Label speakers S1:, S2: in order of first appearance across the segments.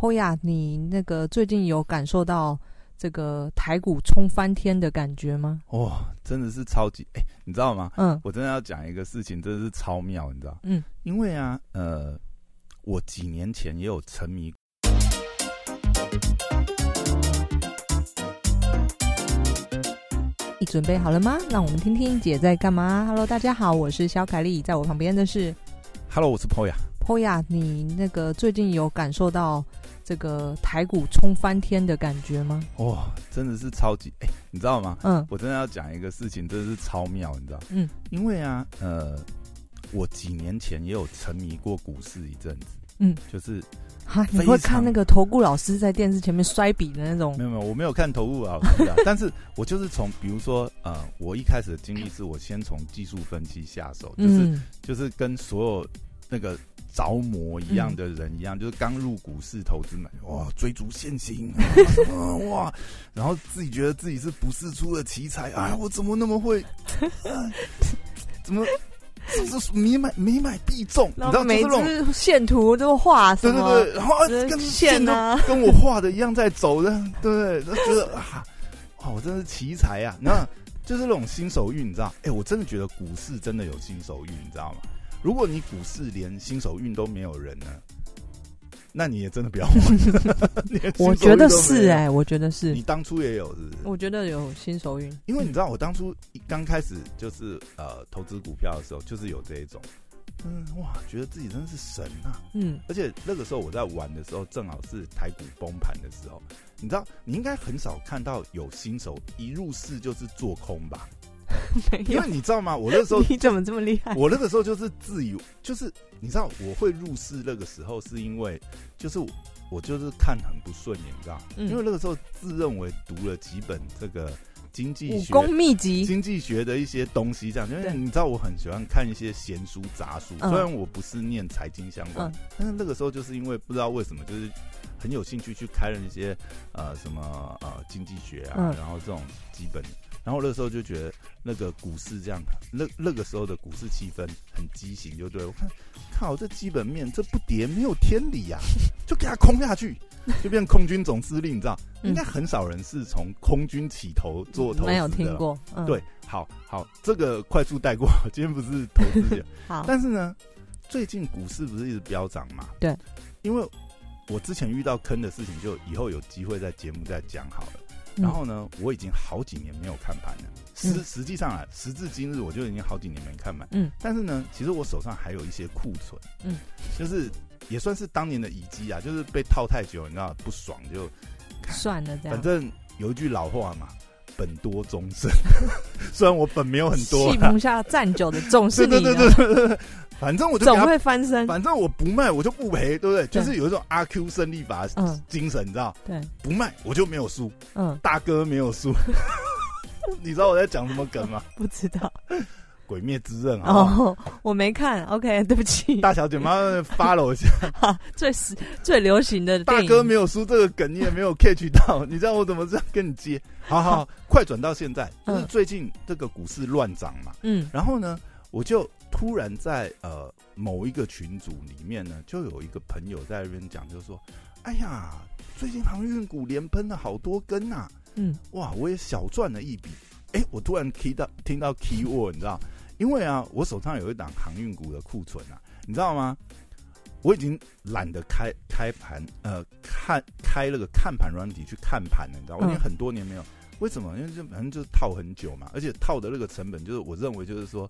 S1: 欧亚，你那个最近有感受到这个台股冲翻天的感觉吗？
S2: 哦，真的是超级哎、你知道吗？
S1: 嗯
S2: 我真的要讲一个事情，真的是超妙，你知道？
S1: 嗯，
S2: 因为啊，呃，我几年前也有沉迷。
S1: 你准备好了吗？让我们听听姐在干嘛。Hello，大家好，我是小凯丽，在我旁边的是
S2: Hello，我是 Poya。
S1: 欧亚，你那个最近有感受到这个台股冲翻天的感觉吗？
S2: 哦，真的是超级哎、你知道吗？
S1: 嗯
S2: 我真的要讲一个事情，真的是超妙，你知道？
S1: 嗯，
S2: 因为啊，呃，我几年前也有沉迷过股市一阵子。
S1: 嗯，
S2: 就是
S1: 哈，你
S2: 非常
S1: 会看那个投顾老师在电视前面摔笔的那种
S2: 没？有没有，我没有看投入啊，我知道 但是我就是从比如说呃，我一开始的经历是我先从技术分析下手，就是、
S1: 嗯
S2: 就是跟所有那个着魔一
S1: 嗯
S2: 样的人一样，就是刚入股市投资买，哇，追逐现 行，啊什么哇，然后自己觉得自己是不世出的奇才啊，我怎么那么会，啊怎么是不是没买没买必中？你
S1: 然
S2: 知道
S1: 后
S2: 就
S1: 每
S2: 是那种。
S1: 只线图都画什
S2: 对对
S1: 么？
S2: 对，然后啊
S1: 这
S2: 跟
S1: 线
S2: 都
S1: 啊
S2: 跟我画的一样在走的，对不对？就觉得啊，哇，我真是奇才啊！那就是那种新手运，你知道？哎，我真的觉得股市真的有新手运，你知道吗？如果你股市连新手运都没有人呢，那你也真的不要混了。 连
S1: 我
S2: 新手
S1: 觉
S2: 运都
S1: 得
S2: 没有
S1: 是哎、我觉得是
S2: 你，当初也有是不是？
S1: 我觉得有新手运，
S2: 因为你知道，我当初一刚开始就是呃投资股票的时候，就是有这一种，嗯，哇，觉得自己真的是神啊！
S1: 嗯
S2: 而且那个时候我在玩的时候，正好是台股崩盘的时候。你知道，你应该很少看到有新手一入市就是做空吧？
S1: 没
S2: 因
S1: 有，
S2: 为。你知道吗？我那时候
S1: 你怎么这么厉害？
S2: 我那个时候就是自以，就是你知道，我会入市那个时候是因为，就是我就是看很不顺眼，你知道？
S1: 嗯
S2: 因为那个时候自认为读了几本这个经济
S1: 武
S2: 学、
S1: 功秘籍，
S2: 经济学的一些东西，这样，因为
S1: 对
S2: 你知道我很喜欢看一些闲书杂书，
S1: 嗯
S2: 虽然我不是念财经相关，
S1: 嗯
S2: 但是那个时候就是因为不知道为什么，就是很有兴趣去开了一些呃什么呃经济学啊，
S1: 嗯
S2: 然后这种基本，然后那时候就觉得那个股市这样，那那个时候的股市气氛很畸形，就对我看，靠这基本面这不跌没有天 理呀、就给它空下去，就变空军总司令，你知道？
S1: 嗯
S2: 应该很少人是从空军起头做投资的啊
S1: 没有
S2: 啦
S1: 听过。嗯、
S2: 对，，好好，这个快速带过，今天不是投资 节目
S1: 好，
S2: 但是呢，最近股市不是一直飙涨嘛？
S1: 对，
S2: 因为我之前遇到坑的事情，就以后有机会在节目再讲好了。
S1: 嗯
S2: 然后呢，我已经好几年没有看盘了。实
S1: 嗯
S2: 实际上啊，时至今日，我就已经好几年没看盘。
S1: 嗯，
S2: 但是呢，其实我手上还有一些库存。
S1: 嗯，
S2: 就是也算是当年的遗迹啊，就是被套太久，你知道不爽就
S1: 算了，这样
S2: 反正有一句老话嘛，本多终身。 虽然我本没有很多
S1: 系
S2: 啊、
S1: 不下站久的总是
S2: 对
S1: 你
S2: 对
S1: 啊，嗯
S2: 对对对对对，反正我就给
S1: 总
S2: 他，
S1: 会翻身。
S2: 反正我不卖我就不赔，对不
S1: 对
S2: 对？就是有一种阿 Q 胜利法
S1: 嗯
S2: 精神，你知道，
S1: 对，
S2: 不卖我就没有输，
S1: 嗯，
S2: 大哥没有 输。你知道我在讲什么梗吗？
S1: 不知道
S2: 《鬼灭之刃》好不好
S1: 哦，我没看。OK，对不 起，
S2: 啊大小姐妈妈 follow 一下，
S1: 最时最流行的
S2: 大
S1: 电影
S2: 哥没有输这个梗，你也没有 catch 到，你知道我怎么这样跟你接？好好， 好快转到现在，就是
S1: 嗯
S2: 最近这个股市乱涨嘛，
S1: 嗯
S2: 然后呢，我就突然在呃某一个群组里面呢，就有一个朋友在那边讲，就说：“哎呀，最近航运股连喷了好多根啊呐、
S1: 嗯
S2: 哇，我也小赚了一笔。”哎，我突然听到听到 key word，你知道？因为啊，我手上有一档航运股的库存啊，你知道吗？我已经懒得开开盘，呃，看开那个看盘软体去看盘了，你知道？我已经
S1: 嗯
S2: 很多年没有。为什么？因为就反正就是套很久嘛，而且套的那个成本就是我认为就是说，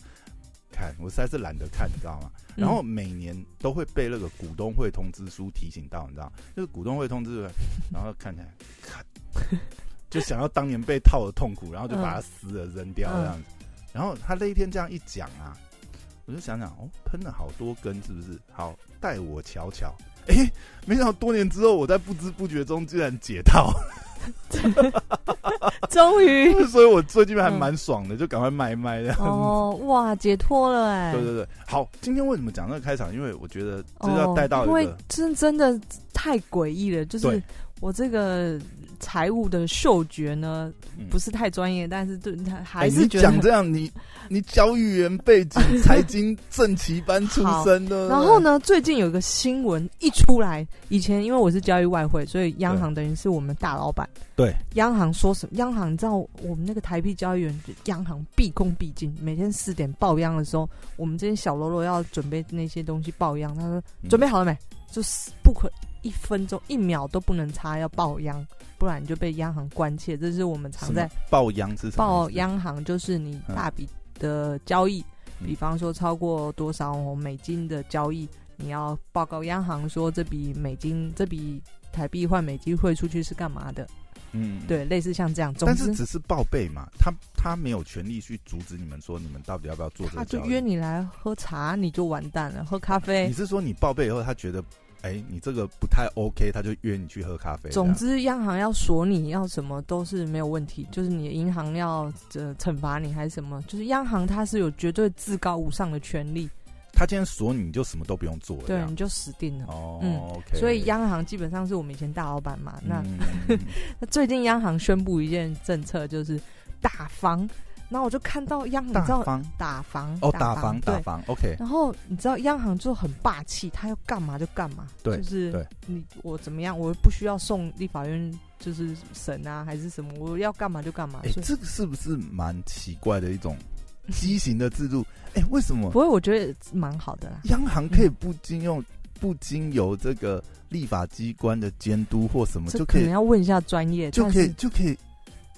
S2: 看我实在是懒得看，你知道吗？然
S1: 嗯
S2: 后每年都会被那个股东会通知书提醒到，你知道，就是股东会通知书，然后看起来看， 就想要当年被套的痛苦，然后就
S1: 嗯
S2: 把它撕了扔掉这样子。然后他那一天这样一讲啊，我就想想哦，喷了好多根，是不是？好，带我瞧瞧。哎、 没想到多年之后，我在不知不觉中竟然解套。
S1: 嗯终 于
S2: 所以我最近还蛮爽的，就赶快卖一卖的。
S1: 嗯哦，哇，解脱了哎、
S2: 对对对，好，今天为什么讲这个开场？因为我觉得这要带到
S1: 哦，
S2: 一
S1: 因为
S2: 个，
S1: 真真的太诡异了，就是
S2: 对
S1: 我这个财务的嗅觉呢
S2: 嗯
S1: 不是太专业，但是对他
S2: 哎
S1: 还
S2: 你
S1: 是觉得
S2: 讲这样，你你教育员背景，财经正奇班出身的，
S1: 然后？呢，最近有一个新闻一出来，以前因为我是交易外汇，所以央行等于是我们大老板。
S2: 对，
S1: 央行说什么？央行你知道我们那个台币交易员，央行毕恭毕敬，每天四点报央的时候，我们这些小喽啰要准备那些东西报央，他说
S2: 嗯
S1: 准备好了没？就是不可一分钟一秒都不能差，要报央，不然你就被央行关切。这是我们
S2: 什
S1: 常在
S2: 么报央是什么意思？
S1: 报央行就是你大笔的交易，
S2: 嗯
S1: 比方说超过多少美金的交易，你要报告央行说这笔美金、这笔台币换美金汇出去是干嘛的？
S2: 嗯，嗯。
S1: 对，类似像这样。总
S2: 但是
S1: 之，
S2: 只是报备嘛，他他没有权利去阻止你们说你们到底要不要做这
S1: 他
S2: 个
S1: 就
S2: 交易。
S1: 约你哎来喝茶，你就完蛋了；喝咖啡
S2: 你，是说你报备以后，他觉得，哎、你这个不太 OK，他就约你去喝咖啡。
S1: 总之央行要锁你，要什么都是没有问题。就是你的银行要呃惩罚你还是什么，就是央行它是有绝对至高无上的权利，
S2: 他今天锁你，你就什么都不用做了。这
S1: 对，
S2: 样
S1: 你就死定了。
S2: 哦、
S1: 嗯
S2: o k
S1: 所以央行基本上是我们以前大老板嘛，那
S2: 嗯、
S1: 那最近央行宣布一件政策，就是打房。然后我就看到央行， 你
S2: 大
S1: 知道
S2: 方
S1: 打房
S2: 哦，打房
S1: 对
S2: 打。房，OK，
S1: 然后你知道央行就很霸气，他要干嘛就干嘛，
S2: 对
S1: 就是
S2: 对
S1: 你我怎么样，我又不需要送立法院就是审啊还是什么，我要干嘛就干嘛。
S2: 哎、
S1: 啊所以
S2: 这个是不是蛮奇怪的一 种畸形的制度？哎、为什么
S1: 不过我觉得蛮好的啦。
S2: 央行可以不经用、不经由这个立法机关的监督或什么
S1: 这
S2: 就
S1: 可
S2: 可
S1: 能
S2: 以
S1: 要问一下专业，
S2: 就
S1: 但
S2: 可以
S1: 是
S2: 就可以？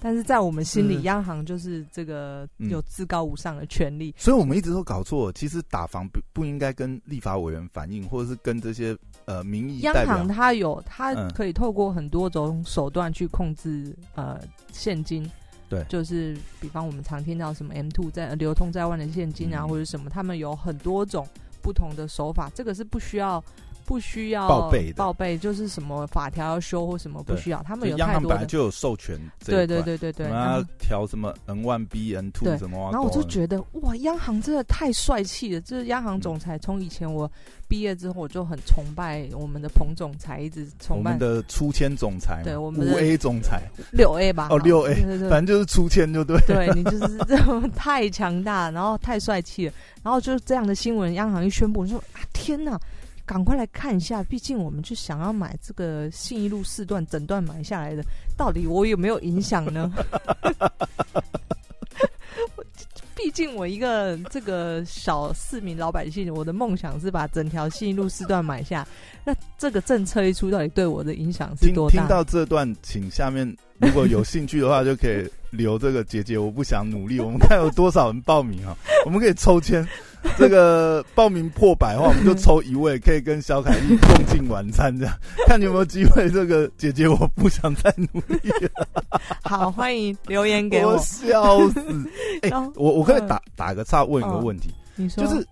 S1: 但是在我们心里，
S2: 是
S1: 央行就是这个
S2: 嗯
S1: 有至高无上的权利。
S2: 所以我们一直都搞错，其实打房不不应该跟立法委员反映，或者是跟这些呃民意
S1: 央
S2: 代表
S1: 行。它有，它
S2: 嗯
S1: 可以透过很多种手段去控制呃现金。
S2: 对
S1: 就是比方我们常听到什么 M two 在呃流通在外的现金啊，
S2: 嗯
S1: 或者什么，他们有很多种不同的手法，这个是不需要不需要
S2: 报备的
S1: 报备就是什么法条要修或什么不
S2: 对
S1: 需要，他们
S2: 就
S1: 有
S2: 央
S1: 太
S2: 行
S1: 多
S2: 本来
S1: 的，
S2: 就有授权这
S1: 对
S2: 一
S1: 对
S2: 块，
S1: 对对对。
S2: 我们
S1: 然后
S2: 要调什么 N one B N
S1: 对
S2: two 什么啊，
S1: 然后我就
S2: 狗啊
S1: 觉得哇，央行真的太帅气了！这央行总裁从以前我毕业之后，我就很崇拜我们的彭总裁，一直
S2: 我
S1: 崇拜
S2: 们的出签总裁嘛，
S1: 对我们的
S2: 五 A 总裁，
S1: 六 A 吧？
S2: 哦
S1: 好
S2: 6A
S1: 对对对
S2: 反正就是出签就对。
S1: 对你就是这种 太强大，然后太帅气了，然后就是这样的新闻，央行一宣布，我说啊天哪，赶快来看一下，毕竟我们就想要买这个信义路四段整段买下来的，到底我有没有影响呢？ 我毕竟我一个这个小市民老百姓，我的梦想是把整条信义路四段买下。那这个政策一出，到底对我的影响是
S2: 听
S1: 多
S2: 听
S1: 大？
S2: 到这段，请下面如果有兴趣的话，就可以留这个姐姐，我不想努力。我们看有多少人报 名啊？我们可以抽签，这个报名破百的话，我们就抽一位，可以跟小凯一起共进晚 餐，这样看你有没有机会。这个姐姐，我不想再努力了。
S1: 好，欢迎留言给
S2: 我
S1: 我。
S2: 笑死！哎、
S1: 然后
S2: 我我可以
S1: 嗯
S2: 打、打个岔，问一个问题，
S1: 你说
S2: 就是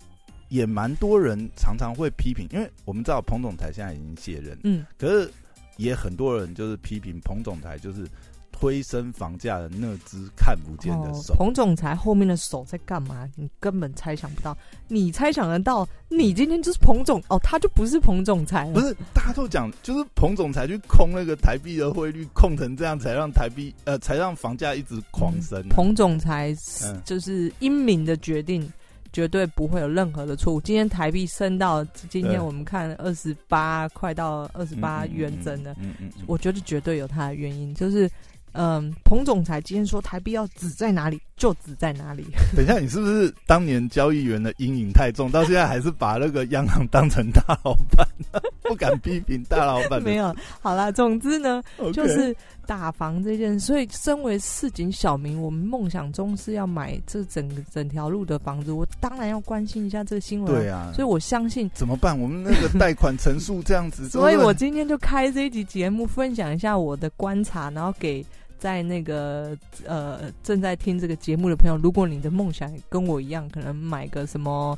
S2: 也蛮多人常常会批评，因为我们知道彭总裁现在已经卸任，
S1: 嗯。
S2: 可是也很多人就是批评彭总裁就是推升房价的那只看不见的手。
S1: 哦彭总裁后面的手在干嘛？你根本猜想不到，你猜想得到，你今天就是彭总哦，他就不是彭总裁
S2: 不
S1: 了。
S2: 是，大家都讲，就是彭总裁去控那个台币的汇率，控成这样，才让台币呃，才让房价一直狂升、啊
S1: 嗯彭总裁是
S2: 嗯
S1: 就是英明的决定，绝对不会有任何的错误。今天台币升到今
S2: 对
S1: 天我们看二十八，快到二十
S2: 嗯
S1: 八元啊整了，，
S2: 嗯嗯嗯嗯嗯
S1: 我觉得绝对有他的原因，就是。嗯，彭总裁今天说台币要指在哪里就指在哪里，
S2: 等一下，你是不是当年交易员的阴影太重，到现在还是把那个央行当成大老板， 不敢批评大老板 的？
S1: 没有好啦。总之呢，
S2: OK，
S1: 就是打房这件事。所以，身为市井小民，我们梦想中是要买这整个整条路的房子，我当然要关心一下这个新闻、
S2: 对、啊，
S1: 所以我相信，
S2: 怎么办？我们那个贷款陈述这样子，
S1: 所以
S2: 对不对
S1: 我今天就开这一集节目，分享一下我的观察，然后给。在那个呃，正在听这个节目的朋友，如果你的梦想跟我一样，可能买个什么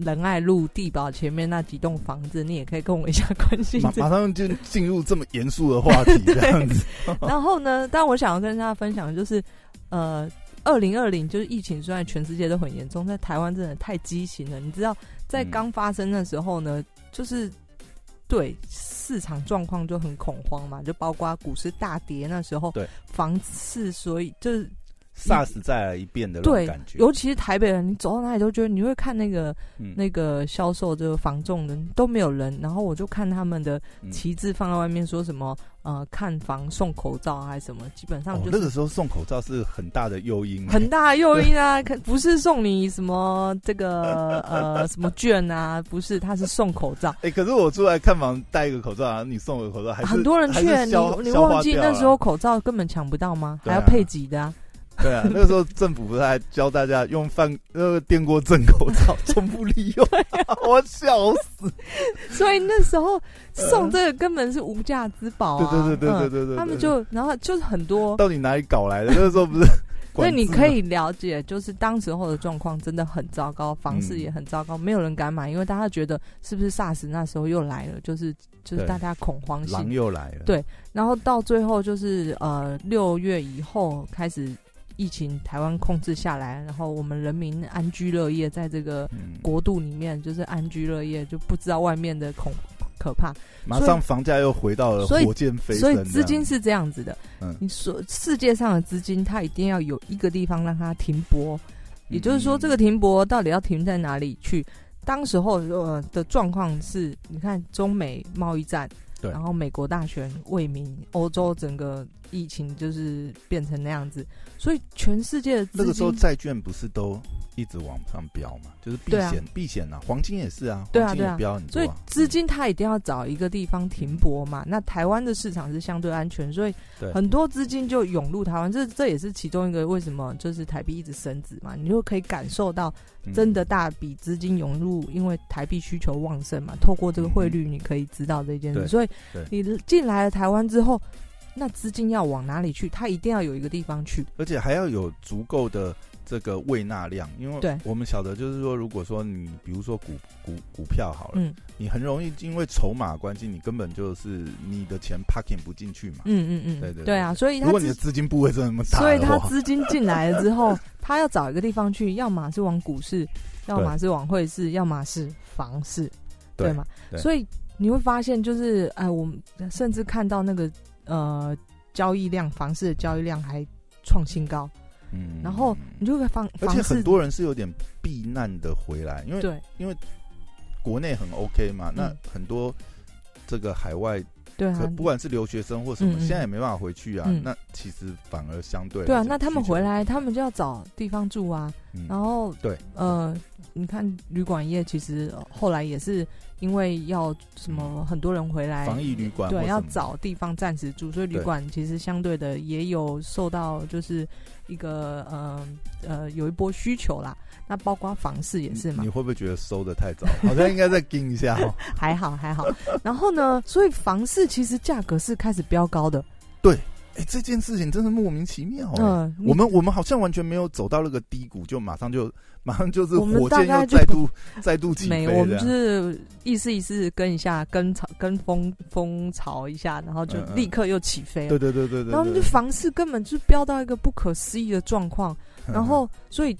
S1: 仁爱路地堡前面那几栋房子，你也可以跟我一下关心
S2: 马
S1: 这
S2: 马上就进入这么严肃 的话题，这样子。
S1: 然后呢，但我想要跟大家分享的就是，呃，二零二零就是疫情，虽然全世界都很严重，在台湾真的太畸形了。你知道，在
S2: 嗯
S1: 刚发生的时候呢，就是对市场状况就很恐慌嘛，就包括股市大跌那时候，
S2: 对
S1: 房市，所以就是
S2: SARS 再来一遍的那种
S1: 对
S2: 感觉，
S1: 尤其是台北人，你走到哪里都觉得你会看那个
S2: 嗯
S1: 那个销售这个房仲的都没有人，然后我就看他们的
S2: 嗯
S1: 旗帜放在外面，说什么呃看房送口罩啊还是什么，基本上
S2: 哦
S1: 就是、
S2: 那个时候送口罩是很大的诱因，
S1: 很大的诱因啊，可不是送你什么这个呃什么券啊，不是，他是送口罩。
S2: 哎、可是我出来看房戴一个口罩，然后你送我个口罩，还是
S1: 很多人
S2: 还是
S1: 劝你
S2: 消，
S1: 你
S2: 消化
S1: 忘记
S2: 掉啊了
S1: 那时候口罩根本抢不到吗？
S2: 对
S1: 还
S2: 啊
S1: 要配给的啊，
S2: 对啊，那个时候政府不是还教大家用饭那个电锅蒸口罩重复利 用，
S1: 啊
S2: 我笑死。
S1: 所以那时候送这个根本是无价之宝
S2: 对
S1: 啊！
S2: 对对对对对
S1: 嗯
S2: 对对，
S1: 他们就然后就是很多，
S2: 到底哪里搞来的？那个时候不是
S1: 所
S2: 管
S1: 以
S2: 制吗，
S1: 你可以了解，就是当时候的状况真的很糟糕，房市也很糟糕，没有人敢买，因为大家觉得是不是 SARS 那时候又来了，就是就是
S2: 对
S1: 大家恐慌性
S2: 狼又来了，
S1: 对然后到最后就是呃六月以后开始疫情台湾控制下来，然后我们人民安居乐业，在这个
S2: 嗯，
S1: 国度里面就是安居乐业，就不知道外面的恐可怕，
S2: 马上房价又回到了
S1: 所以
S2: 火箭飞升这
S1: 所
S2: 样，
S1: 以资金是这样子的，
S2: 嗯
S1: 你所世界上的资金它一定要有一个地方让它停泊，也就是说，
S2: 嗯
S1: 这个停泊到底要停在哪里去？当时候呃的状况是，你看中美贸易战，
S2: 对
S1: 然后美国大选为民，欧洲整个疫情就是变成那样子，所以全世界的资金
S2: 那个时候债券不是都一直往上飙嘛，就是避
S1: 对啊
S2: 险避险啊，黄金也是啊，
S1: 对啊
S2: 黄金
S1: 对
S2: 也
S1: 啊
S2: 飙很多
S1: 所以
S2: 啊，
S1: 资金它一定要找一个地方停泊嘛。那台湾的市场是相对安全，所以
S2: 对
S1: 很多资金就涌入台湾。这这也是其中一个为什么就是台币一直升值嘛，你就可以感受到
S2: 嗯
S1: 真的大笔资金涌入，因为台币需求旺盛嘛。透过这个汇率，你可以知道这件
S2: 对
S1: 事。所以
S2: 对
S1: 你进来了台湾之后，那资金要往哪里去？它一定要有一个地方去。
S2: 而且还要有足够的这个喂纳量，因为
S1: 对
S2: 我们晓得，就是说，如果说你比如说股股股票好了，
S1: 嗯
S2: 你很容易因为筹码关系，你根本就是你的钱 parking 不进去嘛。
S1: 嗯嗯嗯，
S2: 对对对
S1: 啊，所以它
S2: 如果
S1: 资
S2: 你的资金部位真的那么大
S1: 所以
S2: 的
S1: 他
S2: 话，
S1: 资金进来了之后， 他要找一个地方去，要么是往股市，要么是往汇市，要么是房市，
S2: 对
S1: 吗？
S2: 对
S1: 所以你会发现，就是哎，我们甚至看到那个呃交易量，房市的交易量还创新高，
S2: 嗯
S1: 然后你就会房
S2: 而
S1: 房
S2: 且
S1: 市
S2: 很多人是有点避难的回来，因为
S1: 对
S2: 国内很 OK 嘛，那
S1: 嗯
S2: 很多这个海外
S1: 对啊
S2: 可，不管是留学生或什么，
S1: 嗯嗯
S2: 现在也没办法回去啊，
S1: 嗯
S2: 那其实反而相对
S1: 对啊，
S2: 来讲
S1: 那他们
S2: 需求
S1: 回，来，他们就要找地方住啊，
S2: 嗯
S1: 然后
S2: 对
S1: 呃，你看旅馆业其实呃后来也是因为要什么很多人回来
S2: 嗯哎防疫旅馆或
S1: 对，
S2: 什
S1: 要
S2: 么的
S1: 找地方暂时住，所以旅
S2: 对
S1: 馆其实相对的也有受到就是一个呃呃有一波需求啦。那包括房市也是嘛
S2: 你？，会不会觉得收的太早？好像应该再盯一下哦。
S1: 还好还好。然后呢，所以房市其实价格是开始飙高的。
S2: 哎、这件事情真的莫名其妙、哎
S1: 嗯，你
S2: 我们我们好像完全没有走到那个低谷，就马上就马上就是
S1: 我们
S2: 火箭
S1: 大概
S2: 又再
S1: 就
S2: 度再度起飞
S1: 没，
S2: 这
S1: 我
S2: 样。
S1: 们就是意思意思跟一下，跟潮跟风风潮一下，然后就
S2: 嗯嗯
S1: 立刻又起飞了。
S2: 对对对对对，
S1: 然后就
S2: 对
S1: 房市根本就飙到一个不可思议的状况。
S2: 嗯
S1: 然后，所以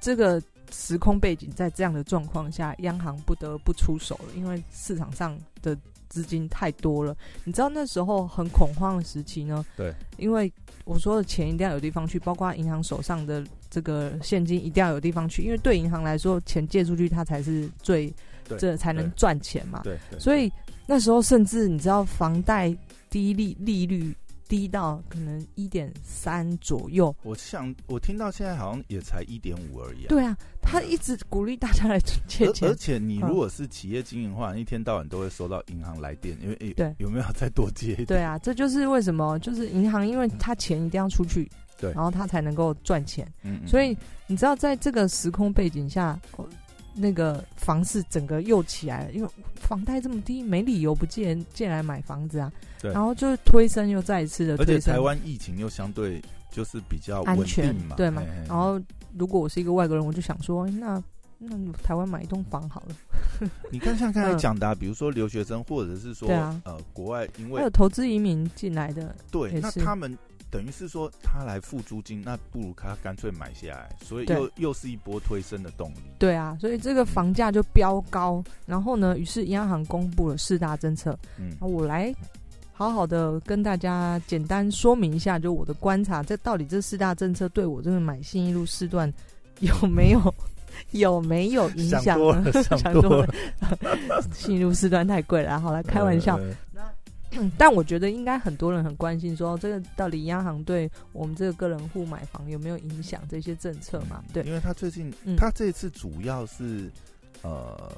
S1: 这个时空背景在这样的状况下，央行不得不出手了，因为市场上的资金太多了。你知道那时候很恐慌的时期呢？
S2: 对，
S1: 因为我说的钱一定要有地方去，包括银行手上的这个现金一定要有地方去，因为对银行来说，钱借出去它才是最
S2: 对
S1: 这才能
S2: 对
S1: 赚钱嘛。
S2: 对对，
S1: 所以那时候甚至你知道，房贷低利利率低到可能一点三左右。
S2: 我想我听到现在好像也才一点五而已、啊。
S1: 对啊，他一直鼓励大家来借
S2: 而
S1: 钱
S2: 而，且你
S1: 嗯
S2: 如果是企业经营的话，你一天到晚都会收到银行来电，因为、诶
S1: 对
S2: 有没有再多借一点？
S1: 对啊，这就是为什么就是银行，因为他钱一定要出去，
S2: 对
S1: 然后他才能够赚钱。
S2: 嗯，嗯
S1: 所以你知道，在这个时空背景下，哦那个房市整个又起来了，因为房贷这么低，没理由不借借来买房子啊。
S2: 对
S1: 然后就是推升又再一次的
S2: 而且
S1: 推升
S2: 台湾疫情又相对就是比较
S1: 安
S2: 稳
S1: 全
S2: 定嘛，
S1: 对嘛哦
S2: 嘿嘿嘿？
S1: 然后如果我是一个外国人，我就想说，那那你台湾买一栋房好了。
S2: 你看像刚才讲的、啊，比如说留学生，或者是说、
S1: 对啊
S2: 呃国外，因
S1: 还
S2: 为
S1: 有投资移民进来的，
S2: 对，
S1: 也
S2: 那
S1: 是
S2: 他们等于是说他来付租金，那不如他干脆买下来，所以
S1: 对
S2: 又又是一波推升的动力。
S1: 对啊，所以这个房价就飙高。然后呢，于是央行公布了四大政策，
S2: 嗯
S1: 那，我来好好的跟大家简单说明一下，就我的观察，这到底这四大政策对我这个买信义路四段有没有 有没有影
S2: 想
S1: 响
S2: 多
S1: 呢？
S2: 了，
S1: 想
S2: 想
S1: 多
S2: 多
S1: 了，信 义路四段太贵了，好了， 开玩笑。
S2: 呃
S1: 嗯但我觉得应该很多人很关心说这个到底央行对我们这个个人户买房有没有影响这些政策嘛？对，
S2: 因为他最近、
S1: 嗯
S2: 他这一次主要是呃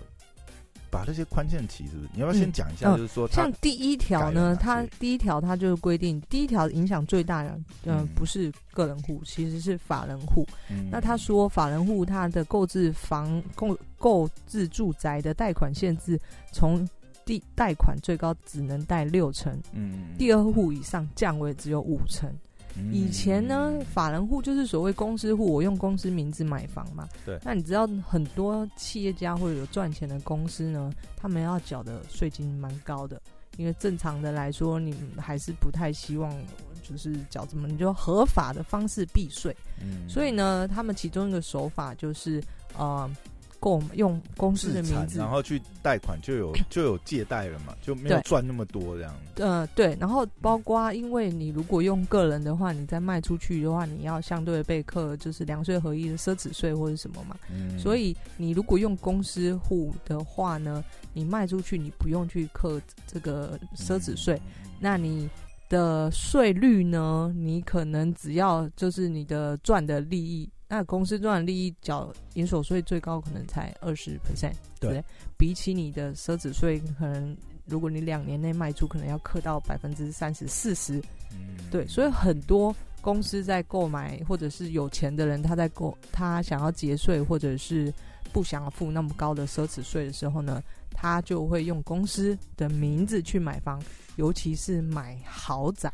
S2: 把那些宽限期是不是？你要不要先
S1: 嗯
S2: 讲一下？
S1: 嗯
S2: 就是说他
S1: 像第一条
S2: 改了
S1: 呢
S2: 哪，
S1: 它
S2: 些
S1: 第一条它就是规定，第一条影响最大的，呃
S2: 嗯，
S1: 不是个人户，其实是法人户。
S2: 嗯
S1: 那他说，法人户他的购置房购购置住宅的贷款限制，从第贷款最高只能贷六成，
S2: 嗯
S1: 第二户以上降为只有五成。
S2: 嗯
S1: 以前呢，法人户就是所谓公司户，我用公司名字买房嘛。
S2: 对
S1: 那你知道很多企业家或者有赚钱的公司呢，他们要缴的税金蛮高的，因为正常的来说，你还是不太希望就是缴这么，你就合法的方式避税。
S2: 嗯
S1: 所以呢，他们其中一个手法就是呃，购用公司的
S2: 自
S1: 名
S2: 产，
S1: 字
S2: 然，后去贷款就有就有借贷了嘛，就没有
S1: 对
S2: 赚那么多这样。
S1: 呃，对，然后包括因为你如果用个人的话，你再卖出去的话，你要相对被课就是两税合一的奢侈税或者什么嘛。
S2: 嗯
S1: 所以你如果用公司户的话呢，你卖出去你不用去课这个
S2: 嗯
S1: 奢侈税，那你的税率呢？你可能只要就是你的赚的利益，那公司赚的利益缴营所税最高可能才二十 percent，
S2: 对，
S1: 比起你的奢侈税，可能如果你两年内卖出，可能要克到百分之三十四十，
S2: 嗯
S1: 对，所以很多公司在购买，或者是有钱的人他在购，他想要节税，或者是不想要付那么高的奢侈税的时候呢，他就会用公司的名字去买房，尤其是买豪宅。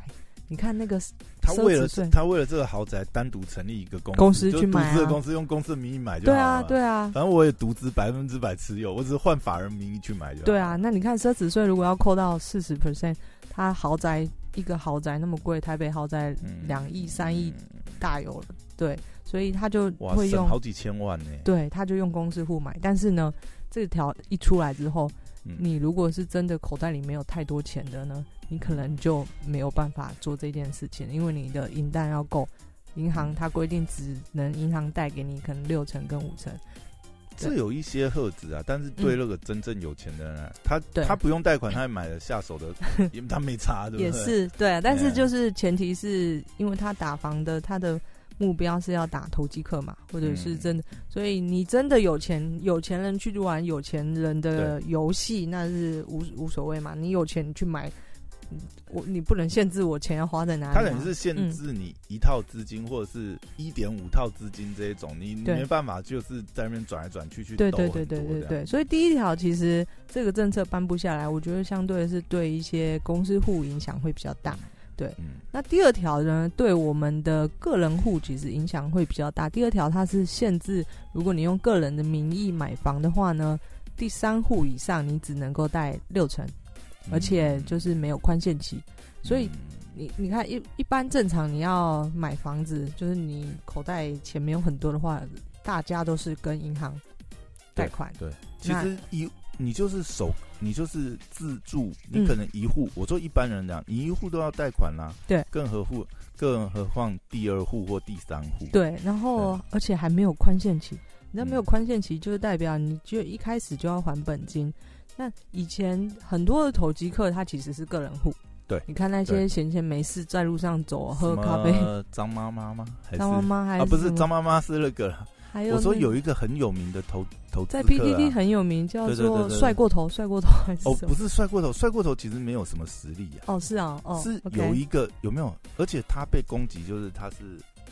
S1: 你看那个，
S2: 他为了
S1: 奢侈税
S2: 他为了这个豪宅单独成立一个公
S1: 公司
S2: 就
S1: 去买啊
S2: 独资的公司用公司的名义买就
S1: 对
S2: 好了
S1: 啊，
S2: 嘛。
S1: 对啊，
S2: 反正我也独资百分之百持有，我只是换法人名义去买就好。
S1: 对啊。，那你看奢侈税如果要扣到四十 percent，他豪宅一个豪宅那么贵，台北豪宅
S2: 嗯
S1: 两亿、三亿大有了，对，所以他就
S2: 哇，
S1: 会
S2: 省
S1: 用
S2: 好几千万呢。
S1: 对，他就用公司户买。但是呢，这条一出来之后，
S2: 嗯
S1: 你如果是真的口袋里没有太多钱的呢，你可能就没有办法做这件事情，因为你的银弹要够。银
S2: 嗯
S1: 行它规定只能银行贷给你可能六成跟五成，
S2: 这有一些赫子啊，但是对那个真正有钱的人啊，他
S1: 嗯对
S2: 他不用贷款，他也买了下 手的，也他没差，对不对？
S1: 也是对啊。但
S2: 对
S1: 是
S2: 啊
S1: 就是前提是因为他打房的他的目标是要打投机客嘛，或者是
S2: 嗯
S1: 真的，所以你真的有钱，有钱人去玩有钱人的游戏，那是无无所谓嘛。你有钱你去买，嗯我你不能限制我钱要花在哪里嘛。
S2: 他等于是限制你一套资金或者是一点五套资金这一种，你你
S1: 对
S2: 没办法就是在那边转来转去去
S1: 对
S2: 斗
S1: 对
S2: 很
S1: 对对
S2: 多
S1: 对
S2: 这样
S1: 对，所以第一条其实这个政策颁布下来，我觉得相对是对一些公司户影响会比较大。
S2: 嗯
S1: 那第二条呢，对我们的个人户其实影响会比较大。第二条它是限制，如果你用个人的名义买房的话呢，第三户以上你只能够贷六成，
S2: 嗯
S1: 而且就是没有宽限期。所以你你看一一般正常你要买房子，就是你口袋钱没有很多的话，大家都是跟银行贷款。
S2: 对，其
S1: 那
S2: 实一你就是首你就是自住，你
S1: 嗯
S2: 可能一户，我说一般人讲，你一户都要贷款啦，
S1: 对，
S2: 更何户更何况第二户或第三户，
S1: 对，然后而且还没有宽限期，那没有
S2: 嗯
S1: 宽限期就是代表你就一开始就要还本金。那以前很多的投机客他其实是个人户，
S2: 对
S1: 你看那
S2: 对
S1: 些闲闲没事在路上走
S2: 什
S1: 喝
S2: 么
S1: 咖啡，
S2: 张妈 妈吗？还是
S1: 张妈妈还
S2: 啊，不
S1: 什
S2: 是
S1: 么
S2: 张，妈妈是那个啦，
S1: 还有
S2: 我说
S1: 那
S2: 有一个很有名的投投资
S1: 在
S2: 客啊
S1: PTT 很有名，叫
S2: 对对对对
S1: 做
S2: 对
S1: 帅过头，帅过头还是
S2: 哦，
S1: 什
S2: 不
S1: 么？
S2: 是帅过头，帅过头其实没有什么实力啊，
S1: 哦，是啊，哦，
S2: 是
S1: OK
S2: 有一个有没有？而且他被攻击就是他是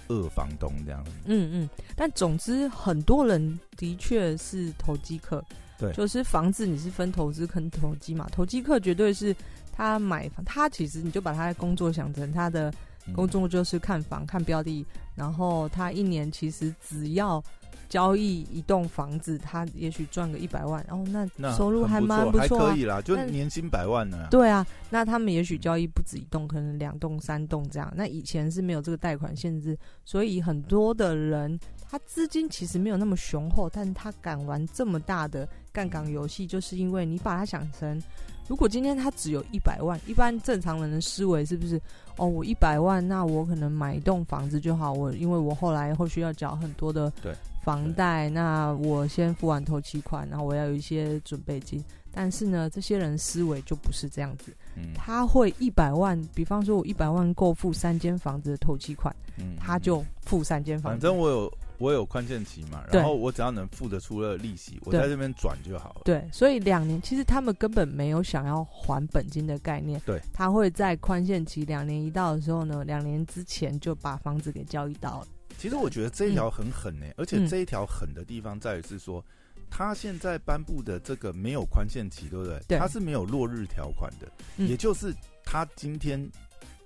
S2: 二房东这样，
S1: 嗯嗯，但总之很多人的确是投机客，
S2: 对
S1: 就是房子你是分投资跟
S2: 嗯
S1: 投机嘛，投机客绝对是他买房，他其实你就把他的工作想成他的工作就是看房、看标的，然后他一年其实只要交易一栋房子，他也许赚个一百万，哦，那
S2: 那
S1: 收入还
S2: 很
S1: 蛮
S2: 不
S1: 错、
S2: 还
S1: 啊
S2: 可。以啦，就
S1: 但
S2: 年薪百万呢、
S1: 对啊，那他们也许交易不止一栋，可能两栋、三栋这样。那以前是没有这个贷款限制，所以很多的人他资金其实没有那么雄厚，但他敢玩这么大的杠杆游戏，就是因为你把它想成，如果今天他只有一百万，一般正常人的思维是不是？哦，我一百万，那我可能买一栋房子就好。我因为我后来后续要缴很多的
S2: 对
S1: 房贷，那我先付完头期款，然后我要有一些准备金。但是呢，这些人思维就不是这样子，
S2: 嗯，
S1: 他会一百万，比方说我一百万够付三间房子的头期款，
S2: 嗯
S1: 他
S2: 嗯
S1: 就付三间房
S2: 反
S1: 子。
S2: 正我有我有宽限期嘛，
S1: 对
S2: 然后我只要能付得出了利息，我
S1: 对
S2: 在这边转就好了。
S1: 对，所以两年其实他们根本没有想要还本金的概念。
S2: 对，
S1: 他会在宽限期两年一到的时候呢，两年之前就把房子给交易到了。
S2: 其实我觉得这一条很狠
S1: 嗯
S2: 呢、而且这一条狠的地方在于是说，他现在颁布的这个没有宽限期，对不对？
S1: 对
S2: 他是没有落日条款的，
S1: 嗯
S2: 也就是他今天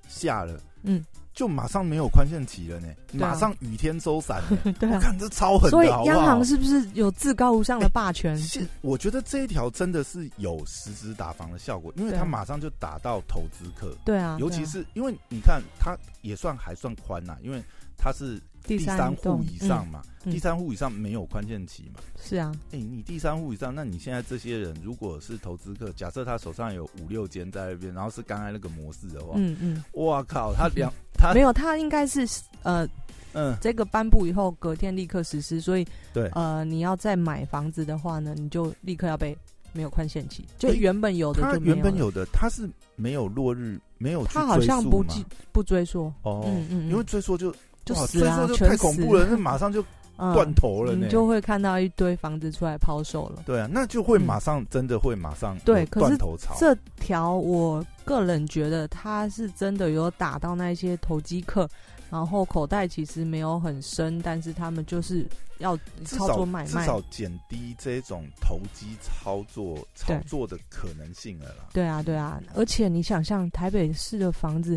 S2: 下了，
S1: 嗯，
S2: 就马上没有宽限期了呢、
S1: 对啊
S2: 马上雨天收伞呢、
S1: 对
S2: 我
S1: 啊，
S2: 看这超狠
S1: 所以
S2: 的，好不哎
S1: 央
S2: 好
S1: 行？是嗯不是有至高无上的霸权？
S2: 现我觉得这一条真的是有实质打房的效果，因为
S1: 对
S2: 他马上就打到投资客，
S1: 对啊，
S2: 尤其
S1: 对啊
S2: 是因为你看，它也算还算宽呐、因为它是
S1: 第
S2: 第三户
S1: 栋
S2: 以上，嘛，
S1: 嗯嗯
S2: 第三户以上没有宽限期嘛。
S1: 嗯是啊，
S2: 哎、你第三户以上，那你现在这些人如果是投资客，假设他手上有五六间在那边，然后是刚才那个模式的话，
S1: 嗯嗯，
S2: 哇啊靠，他 两他
S1: 没有，他应该是呃，
S2: 嗯
S1: 这个颁布以后隔天立刻实施，所以
S2: 对
S1: 呃，你要再买房子的话呢，你就立刻要被没有宽限期，就
S2: 诶
S1: 原本有的
S2: 他
S1: 就没
S2: 原本
S1: 了，
S2: 有的他是没有落日，没有去
S1: 他好
S2: 追
S1: 像
S2: 溯
S1: 不
S2: 嘛
S1: 记不追溯，
S2: 哦，
S1: 嗯嗯，
S2: 因为追溯就
S1: 就
S2: 哇
S1: 死啊
S2: 追溯就
S1: 全
S2: 太恐怖
S1: 死
S2: 了，那马上就断
S1: 嗯，
S2: 头了呢、
S1: 你就会看到一堆房子出来抛售了。
S2: 对啊，那就会
S1: 嗯
S2: 马上、真的会马上
S1: 对
S2: 有
S1: 可是
S2: 断头啊潮。
S1: 这条我个人觉得他是真的有打到那一些投机客，然后口袋其实没有很深，但是他们就是要
S2: 至
S1: 操
S2: 少
S1: 作买
S2: 至
S1: 卖。
S2: 少减低这种投机操作炒
S1: 对
S2: 作的可能性了啦。
S1: 对啊，对啊，而且你想象台北市的房子，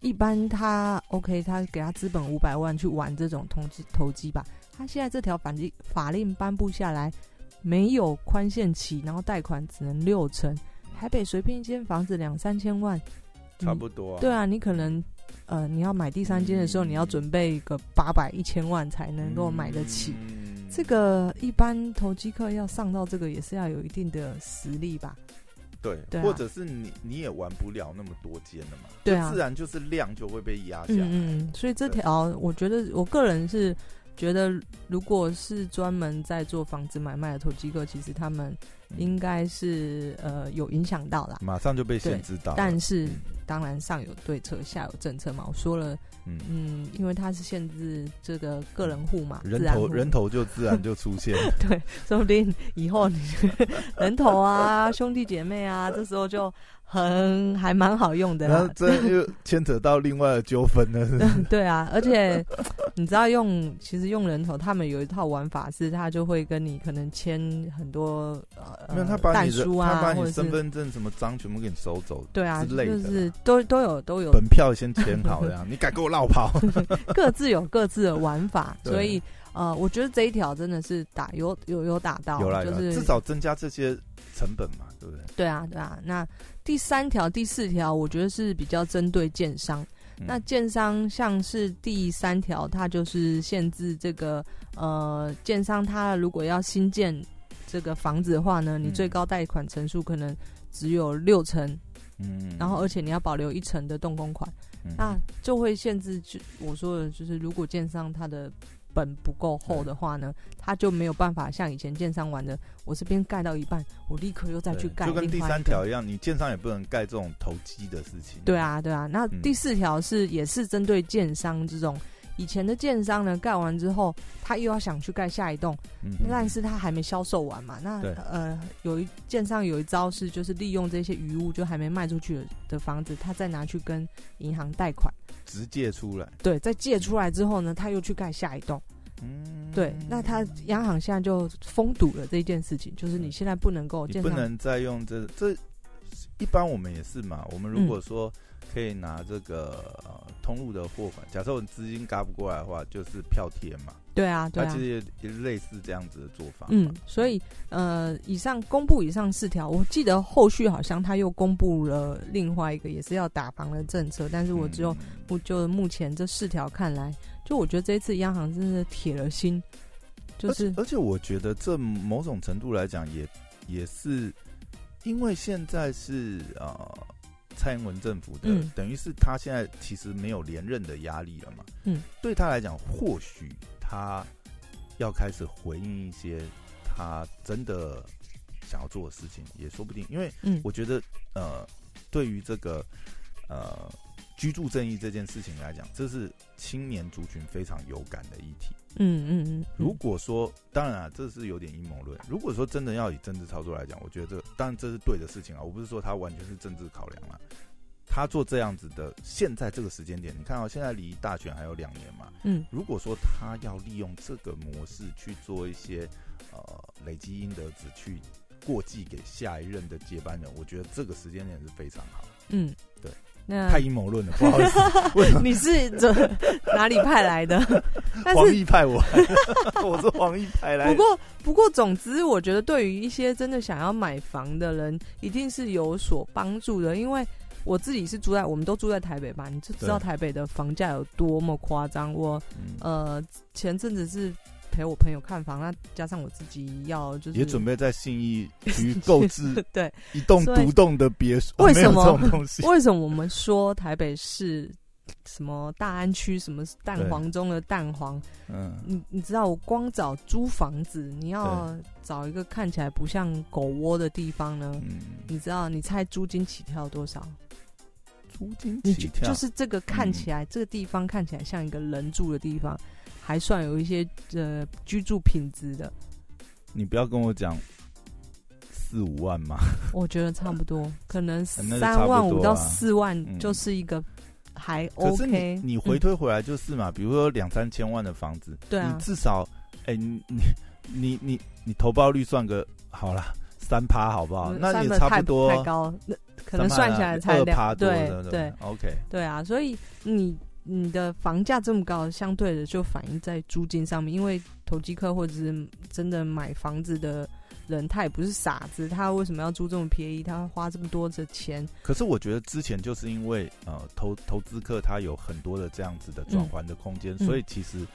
S1: 一般他 OK，他给他资本五百万去玩这种投机投机吧。他现在这条法令法令颁布下来，没有宽限期，然后贷款只能六成，台北随便一间房子两三千万，
S2: 差
S1: 多。
S2: 不多、啊。
S1: 对啊，你可能呃，你要买第三间的时候，
S2: 嗯
S1: 你要准备个八百一千万才能够买得起。
S2: 嗯
S1: 这个一般投机客要上到这个，也是要有一定的实力吧？
S2: 对，
S1: 对啊
S2: 或者是你你也玩不了那么多间了嘛，
S1: 对啊
S2: 自然就是量就会被压下来。
S1: 嗯嗯，所以这条我觉得，我个人是觉得，如果是专门在做房子买卖的投机客，其实他们应该是呃有影响到啦。
S2: 嗯马上就被限制到了。
S1: 但是
S2: 嗯
S1: 当然上有对策，下有政策嘛。我说了，
S2: 嗯，
S1: 嗯，因为它是限制这个个人户嘛，
S2: 人
S1: 自然
S2: 头
S1: 户
S2: 人头就自然就出现。
S1: 对，说不定以后你人头啊、兄弟姐妹啊，这时候就很还蛮好用的
S2: 然
S1: 啦
S2: 后。这又牵扯到另外的纠纷了，是不是
S1: 啊对啊，而且你知道用其实用人头，他们有一套玩法是，他就会跟你可能签很多呃
S2: 没有他把
S1: 蛋
S2: 你的
S1: 书
S2: 他
S1: 啊，
S2: 把
S1: 或
S2: 你
S1: 者
S2: 身
S1: 是
S2: 份证什么章全部给你收走，
S1: 对啊，
S2: 之类的
S1: 就
S2: 啦
S1: 是都都有都有
S2: 本票先签好 这样，你敢给我绕跑？
S1: 各自有各自的玩 法，
S2: 对
S1: 所以呃，我觉得这一条真的是打有有有打到，
S2: 有啦有
S1: 就
S2: 啦，
S1: 是
S2: 至少增加这些成本嘛，对不对？
S1: 对啊，对啊。那第三条、第四条，我觉得是比较针对建商。
S2: 嗯
S1: 那建商像是第三条，它就是限制这个呃，建商他如果要新建这个房子的话呢，你
S2: 嗯
S1: 最高贷款成数可能只有六成，
S2: 嗯
S1: 然后而且你要保留一成的动工款，
S2: 嗯
S1: 那就会限制就我说的就是，如果建商它的本不够厚的话呢，他就没有办法像以前建商玩的，我这边盖到一半，我立刻又再去
S2: 对
S1: 盖
S2: 就
S1: 另外
S2: 跟
S1: 一
S2: 第
S1: 个
S2: 三条一样，你建商也不能盖这种投机的事情。
S1: 对，啊，对啊。那
S2: 嗯
S1: 第四条是、也是针对建商这种。以前的建商呢，盖完之后，他又要想去盖下一栋，
S2: 嗯
S1: 但是他还没销售完嘛。那
S2: 对
S1: 呃，有一建商有一招是，就是利用这些余物，就还没卖出去的的房子，他再拿去跟银行贷款，
S2: 直接出来，
S1: 对，再借出来之后呢，他又去盖下一栋，
S2: 嗯，
S1: 对。那他央行现在就封堵了这件事情，就是你现在不能够
S2: 你
S1: 建
S2: 不
S1: 商
S2: 能再用这这一般我们也是嘛，我们如果说可以拿这个、呃、通路的货款，假设我资金嘎不过来的话，就是票贴嘛，
S1: 对啊，对
S2: 它
S1: 啊
S2: 其。实也也类似这样子的做法嘛。
S1: 嗯，所以呃，以上公布以上四条，我记得后续好像他又公布了另外一个也是要打房的政策，但是我只有、
S2: 嗯
S1: 我就目前这四条看来，就我觉得这一次央行真的铁了心，就
S2: 而且
S1: 是
S2: 而且我觉得这某种程度来讲也也是因为现在是呃蔡英文政府的，
S1: 嗯
S2: 等于是他现在其实没有连任的压力了嘛。
S1: 嗯，
S2: 对他来讲，或许他要开始回应一些他真的想要做的事情，也说不定。因为
S1: 嗯
S2: 我觉得呃，对于这个呃。居住正义这件事情来讲，这是青年族群非常有感的议题。
S1: 嗯嗯嗯，
S2: 如果说，当然啊，这是有点阴谋论。如果说真的要以政治操作来讲，我觉得这当然这是对的事情啊。我不是说他完全是政治考量了、他做这样子的，现在这个时间点，你看啊、现在离大选还有两年嘛。
S1: 嗯
S2: 如果说他要利用这个模式去做一些呃累积应得值去过继给下一任的接班人，我觉得这个时间点是非常好。
S1: 嗯，
S2: 对，
S1: 那
S2: 太阴谋论了，不好意思，为什么
S1: 你是这 哪里派来的？ 但
S2: 黄
S1: 是
S2: 奕派我？嗯我是黄奕派来
S1: 不
S2: 的。
S1: 过不过，总之我觉得对于一些真的想要买房的人，一定是有所帮助的，因为。我自己是住在，我们都住在台北吧，你就知道
S2: 对
S1: 台北的房价有多么夸张。我
S2: 嗯
S1: 呃前阵子是陪我朋友看房，那加上我自己要就是
S2: 也准备在信义区购置
S1: 对，
S2: 一栋
S1: 所以
S2: 独栋的别墅。
S1: 为
S2: 没有
S1: 什么
S2: 这种东西？
S1: 为什么我们说台北市什么大安区什么蛋黄中的蛋黄？
S2: 嗯，
S1: 你你知道，我光找租房子，你要找一个看起来不像狗窝的地方呢？
S2: 嗯，
S1: 你知道，你猜租金起跳多少？
S2: 租金
S1: 你
S2: 起
S1: 就
S2: 跳嗯
S1: 就是这个看起来、这个地方看起来像一个人住的地方，还算有一些呃居住品质的，
S2: 你不要跟我讲四五万嘛，
S1: 我觉得差不多，可能
S2: 那就差
S1: 三
S2: 不多啊
S1: 万五到四万
S2: 嗯
S1: 就是一个还
S2: 可是
S1: OK
S2: 你
S1: 嗯。
S2: 你回推回来就是嘛，比如说两三千万的房子，
S1: 对啊
S2: 你至少，哎，你你你你你投报率算个好啦，三趴好不好？
S1: 嗯
S2: 啊那
S1: 三
S2: 也
S1: 本
S2: 差
S1: 太
S2: 不多，啊
S1: 太高，那可能
S2: 3%
S1: 算起来才
S2: 啊二
S1: 两
S2: 趴多
S1: 对
S2: 的，
S1: 对
S2: ，OK，
S1: 对啊，所以你你的房价这么高，相对的就反映在租金上面，因为投机客或者是真的买房子的人，他也不是傻子，他为什么要租这么便宜？他花这么多的钱，
S2: 可是我觉得之前就是因为呃投投资客他有很多的这样子的转换的空间，
S1: 嗯
S2: 所以其实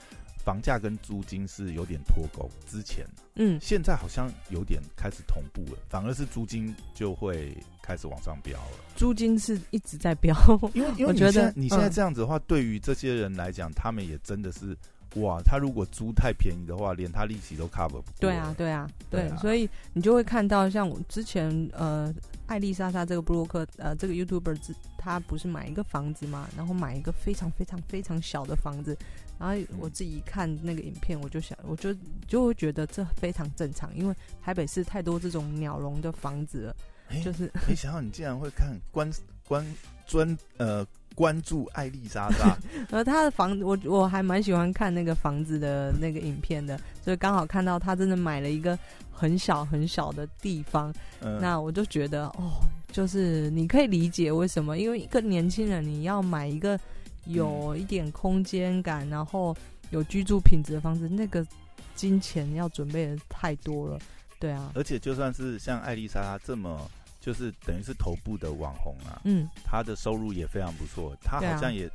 S2: 房价跟租金是有点脱钩。之前
S1: 嗯
S2: 现在好像有点开始同步了，反而是租金就会开始往上飙了。
S1: 租金是一直在飙，
S2: 因为因为
S1: 我
S2: 你
S1: 觉得
S2: 现在你现在
S1: 嗯
S2: 这样子的话，对于这些人来讲，他们也真的是哇，他如果租太便宜的话，连他利息都 cover 不过。
S1: 对啊，，对啊，对，
S2: 对啊
S1: 所以你就会看到，像我之前呃，艾丽莎莎这个布洛克呃，这个 YouTuber 之她不是买一个房子嘛，然后买一个非常非常非常小的房子，然后我自己看那个影片，我就想，我就就会觉得这非常正常，因为台北市太多这种鸟笼的房子了，
S2: 哎
S1: 就是
S2: 没想到你竟然会看关关专呃关注艾丽莎 莎，
S1: 呃，他的房子，我我还蛮喜欢看那个房子的那个影片的，所以刚好看到他真的买了一个很小很小的地方。
S2: 嗯，
S1: 那我就觉得哦，就是你可以理解为什么，因为一个年轻人你要买一个
S2: 嗯
S1: 有一点空间感，然后有居住品质的房子，那个金钱要准备的太多了。对啊，
S2: 而且就算是像艾丽莎她这么，就是等于是头部的网红啊，
S1: 嗯，
S2: 她的收入也非常不错，她
S1: 对啊
S2: 好像也，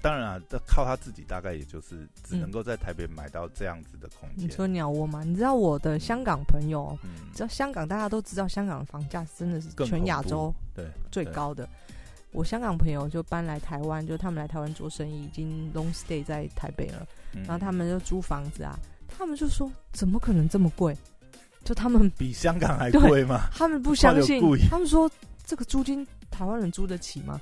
S2: 当然啊，这靠她自己大概也就是只
S1: 嗯
S2: 能够在台北买到这样子的空
S1: 你
S2: 间。
S1: 说鸟窝嘛，你知道我的香港朋友，
S2: 嗯
S1: 你知道香港大家都知道，香港的房价真的是
S2: 更
S1: 全亚
S2: 恐怖
S1: 洲
S2: 对
S1: 最高的。我香港朋友就搬来台湾，就他们来台湾做生意，已经 long stay 在台北了。
S2: 嗯
S1: 然后他们就租房子啊，他们就说怎么可能这么贵？就他们
S2: 比香港还
S1: 对
S2: 贵吗？
S1: 他们不相信
S2: 挂得有故意，嗯
S1: 他们说这个租金台湾人租得起吗？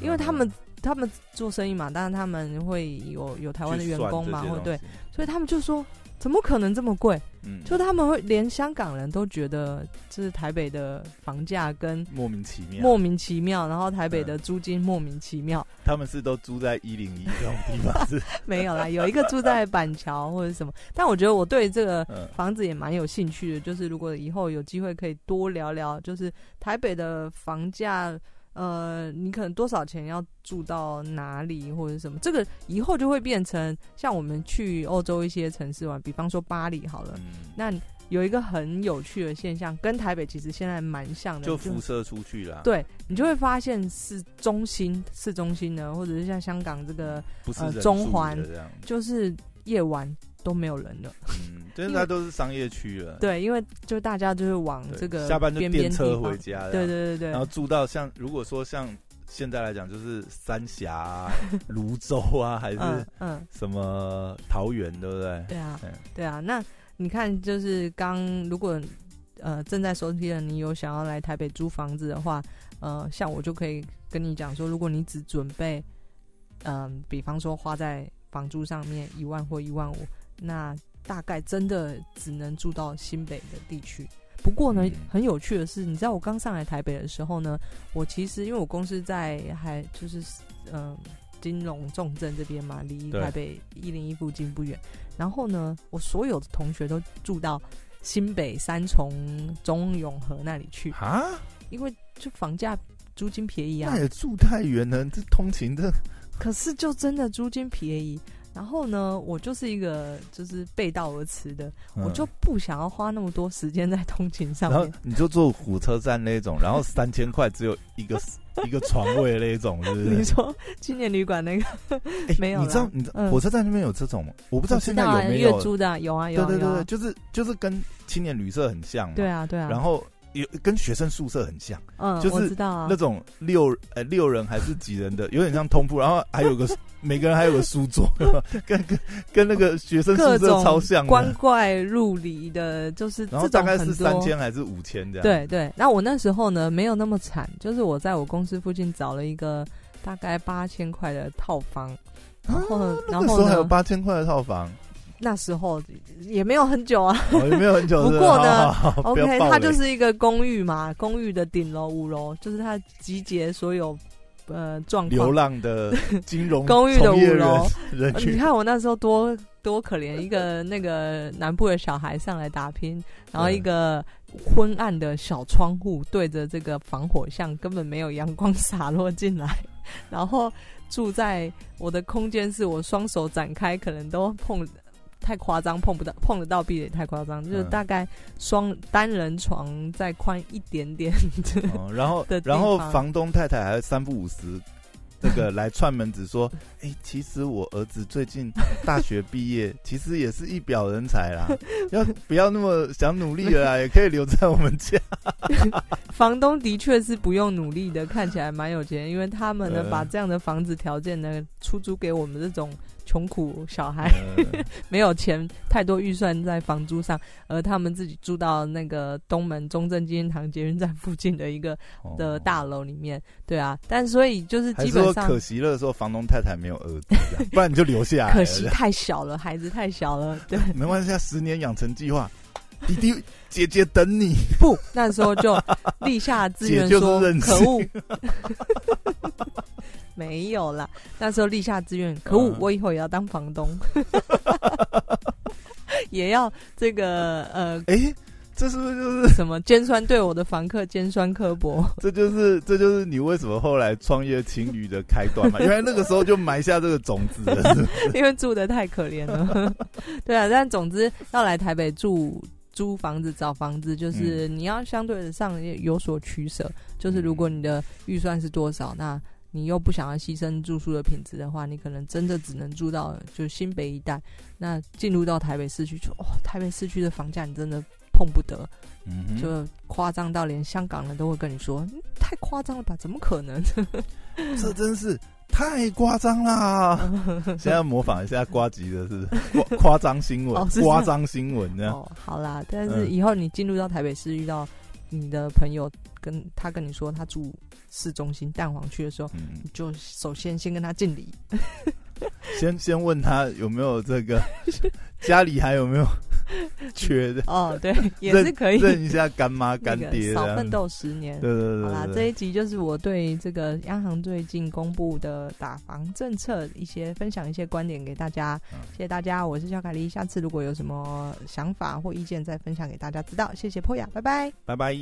S1: 因为他们他们做生意嘛，当然他们会有有台湾的员工 嘛，或对，，所以他们就说怎么可能这么贵？
S2: 嗯，
S1: 就他们会连香港人都觉得，就是台北的房价跟
S2: 莫名其妙，嗯
S1: 莫名其妙，然后台北的租金莫名其妙，
S2: 他们是都租在一零一这种地方是，
S1: 没有啦，有一个住在板桥或者什么，但我觉得我对这个
S2: 嗯
S1: 房子也蛮有兴趣的，就是如果以后有机会可以多聊聊，就是台北的房价，呃，你可能多少钱要住到哪里或者什么，这个以后就会变成像我们去欧洲一些城市玩，比方说巴黎好了，
S2: 嗯，
S1: 那有一个很有趣的现象，跟台北其实现在蛮像的，
S2: 就
S1: 就是
S2: 辐射出去了，，
S1: 对你就会发现市中心、市中心呢，或者是像香港这个，
S2: 不是
S1: 呃
S2: 人
S1: 中
S2: 住的
S1: 环
S2: 这样，
S1: 就是夜晚都没有人了。
S2: 嗯，但是它都是商业区了，
S1: 对，因为就大家就是往
S2: 对
S1: 这个
S2: 下班就
S1: 边边
S2: 电车
S1: 地方
S2: 回家这样，
S1: 对对对
S2: 然后
S1: 对，
S2: 住到像如果说像现在来讲，就是三峡、啊、 泸州啊，还是
S1: 嗯嗯，
S2: 什么桃园，对不对？
S1: 对啊
S2: 嗯
S1: 对啊。那你看，就是刚如果呃正在收听的你有想要来台北租房子的话，呃，像我就可以跟你讲说，如果你只准备，嗯、比方说花在房租上面一万或一万五，那大概真的只能住到新北的地区。不过呢
S2: 嗯，
S1: 很有趣的是，你知道我刚上来台北的时候呢，我其实因为我公司在还就是嗯、金融重镇这边嘛，离
S2: 对
S1: 台北一零一附近不远。然后呢，我所有的同学都住到新北三重中永和那里去，
S2: 啊，
S1: 因为就房价租金便宜啊
S2: 那。也住太远了，这通勤这
S1: 可是就真的租金便宜。然后呢，我就是一个就是背道而驰的，我就不想要花那么多时间在通勤上
S2: 嗯然后
S1: 面。
S2: 你就坐火车站那种，然后三千块只有一个 一个床位那种，是不
S1: 你
S2: 是？
S1: 说青年旅馆那个
S2: 哎
S1: 没有啦
S2: 你知道你知道
S1: 嗯
S2: 火车站那边有这种吗？我不知道
S1: 我
S2: 现在
S1: 道啊
S2: 有没有
S1: 月。租的啊有啊有
S2: 对
S1: 啊
S2: 对对
S1: 有啊
S2: 对，，就是就是跟青年旅社很像嘛，
S1: 对啊对啊。
S2: 然后有跟学生宿舍很像。
S1: 嗯，
S2: 就是
S1: 我知道啊
S2: 那，种六呃、六人还是几人的，有点像通铺，然后还有个 每个人还有个书桌， 跟跟跟那个学生宿
S1: 各
S2: 舍
S1: 种
S2: 超像
S1: 光
S2: 的。
S1: 怪陆离的，就是
S2: 然后
S1: 哦这
S2: 大
S1: 种
S2: 概是
S1: 很
S2: 三
S1: 多。
S2: 千还是五千这样。，
S1: 对对，那我那时候呢没有那么惨，就是我在我公司附近找了一个大概八千块的套房，然后呢，
S2: 啊那
S1: 然
S2: 个时
S1: 后
S2: 候还有
S1: 呢，
S2: 八千块的 套房，
S1: 那时候也没有很久 啊。
S2: 哦，也没有很久。
S1: 不
S2: 是
S1: 过呢
S2: 好好好哦不要
S1: OK，
S2: 暴
S1: 它就
S2: 雷
S1: 是一个公寓嘛，公寓的顶楼五楼，就是它集结所有呃状
S2: 流
S1: 况。
S2: 浪的金融
S1: 公寓的
S2: 从业
S1: 五楼
S2: 人人
S1: 呃你
S2: 群，
S1: 看我那时候多多可怜，一个那个南部的小孩上来打拼，然后一个昏暗的小窗户对着这个防火巷，根本没有阳光洒落进来，然后住在我的空间是我双手展开，可能都碰。太夸张，碰不到，碰得到壁垒太夸张，就是
S2: 嗯
S1: 大概双单人床再宽一点点，
S2: 哦然后
S1: 的地
S2: 然后
S1: 方
S2: 房东太太还三不五十，那个来串门 子说，哎、其实我儿子最近大学毕 业，其实也是一表人才啦，要不要那么想努力 了啦，也可以留在我们家。
S1: 房东的确是不用努力的，看起来蛮有钱，因为他们呢、
S2: 呃
S1: 把这样的房子条件呢出租给我们这种穷苦小孩，
S2: 呃
S1: 没有钱太多预算在房租上，而他们自己住到那个东门中正纪念堂捷运站附近的一个
S2: 哦
S1: 的大楼里面，对啊，但所以就是
S2: 还
S1: 基
S2: 是
S1: 本
S2: 说
S1: 上
S2: 可惜了，说房东太太没有儿子 这样，不然你就留下来了。
S1: 可惜太小了，孩子太小了，对。
S2: 没关系啊，十年养成计划，弟弟姐姐等你。
S1: 不，那时候就立下志愿
S2: 姐
S1: 说
S2: 就是任，
S1: 可
S2: 性
S1: 恶， 没有啦。那时候立下志愿，可恶
S2: 嗯，
S1: 我以后也要当房东， 也要这个呃
S2: 哎、这是不是就是
S1: 什么尖酸对我的房客尖酸刻薄？
S2: 这就是这就是你为什么后来创业情侣的开端嘛？原来那个时候就埋下这个种 子了，是
S1: 因为住的太可怜了。 对啊，但总之要来台北住。租房子、找房子，就是你要相对的上有所取舍。就是如果你的预算是多少，那你又不想要牺牲住宿的品质的话，你可能真的只能住到就新北一带。那进入到台北市区，就哦，台北市区的房价你真的碰不得，
S2: 嗯哼
S1: 就夸张到连香港人都会跟你说，嗯太夸张了吧？怎么可能？
S2: 这真是太夸张啦！ 现在模仿一下瓜吉的是不是夸夸张新
S1: 哦
S2: 闻
S1: 是，这样
S2: 夸张新闻这样。
S1: 哦哦，好啦，但是
S2: 嗯
S1: 以后你进入到台北市遇到你的朋友跟他跟你说他住市中心蛋黄区的时候，
S2: 嗯，
S1: 你就首先先跟他敬 礼，
S2: 先先问他有没有这 个家里还有没有 缺的，
S1: 哦，对，也
S2: 认
S1: 是可以。
S2: 认一下干妈干
S1: 那
S2: 爹
S1: 个
S2: 这
S1: 少
S2: 样
S1: 奋斗十年。
S2: 对对
S1: 好
S2: 对
S1: 啦
S2: 对，
S1: 这
S2: 对
S1: 一集就是我对这个央行最近公布的打房政策一些分享一些观点给大家，
S2: 嗯
S1: 谢谢大家，我是小凯丽，下次如果有什么想法或意见再分享给大家知道，谢谢 Poya，拜拜。
S2: 拜拜。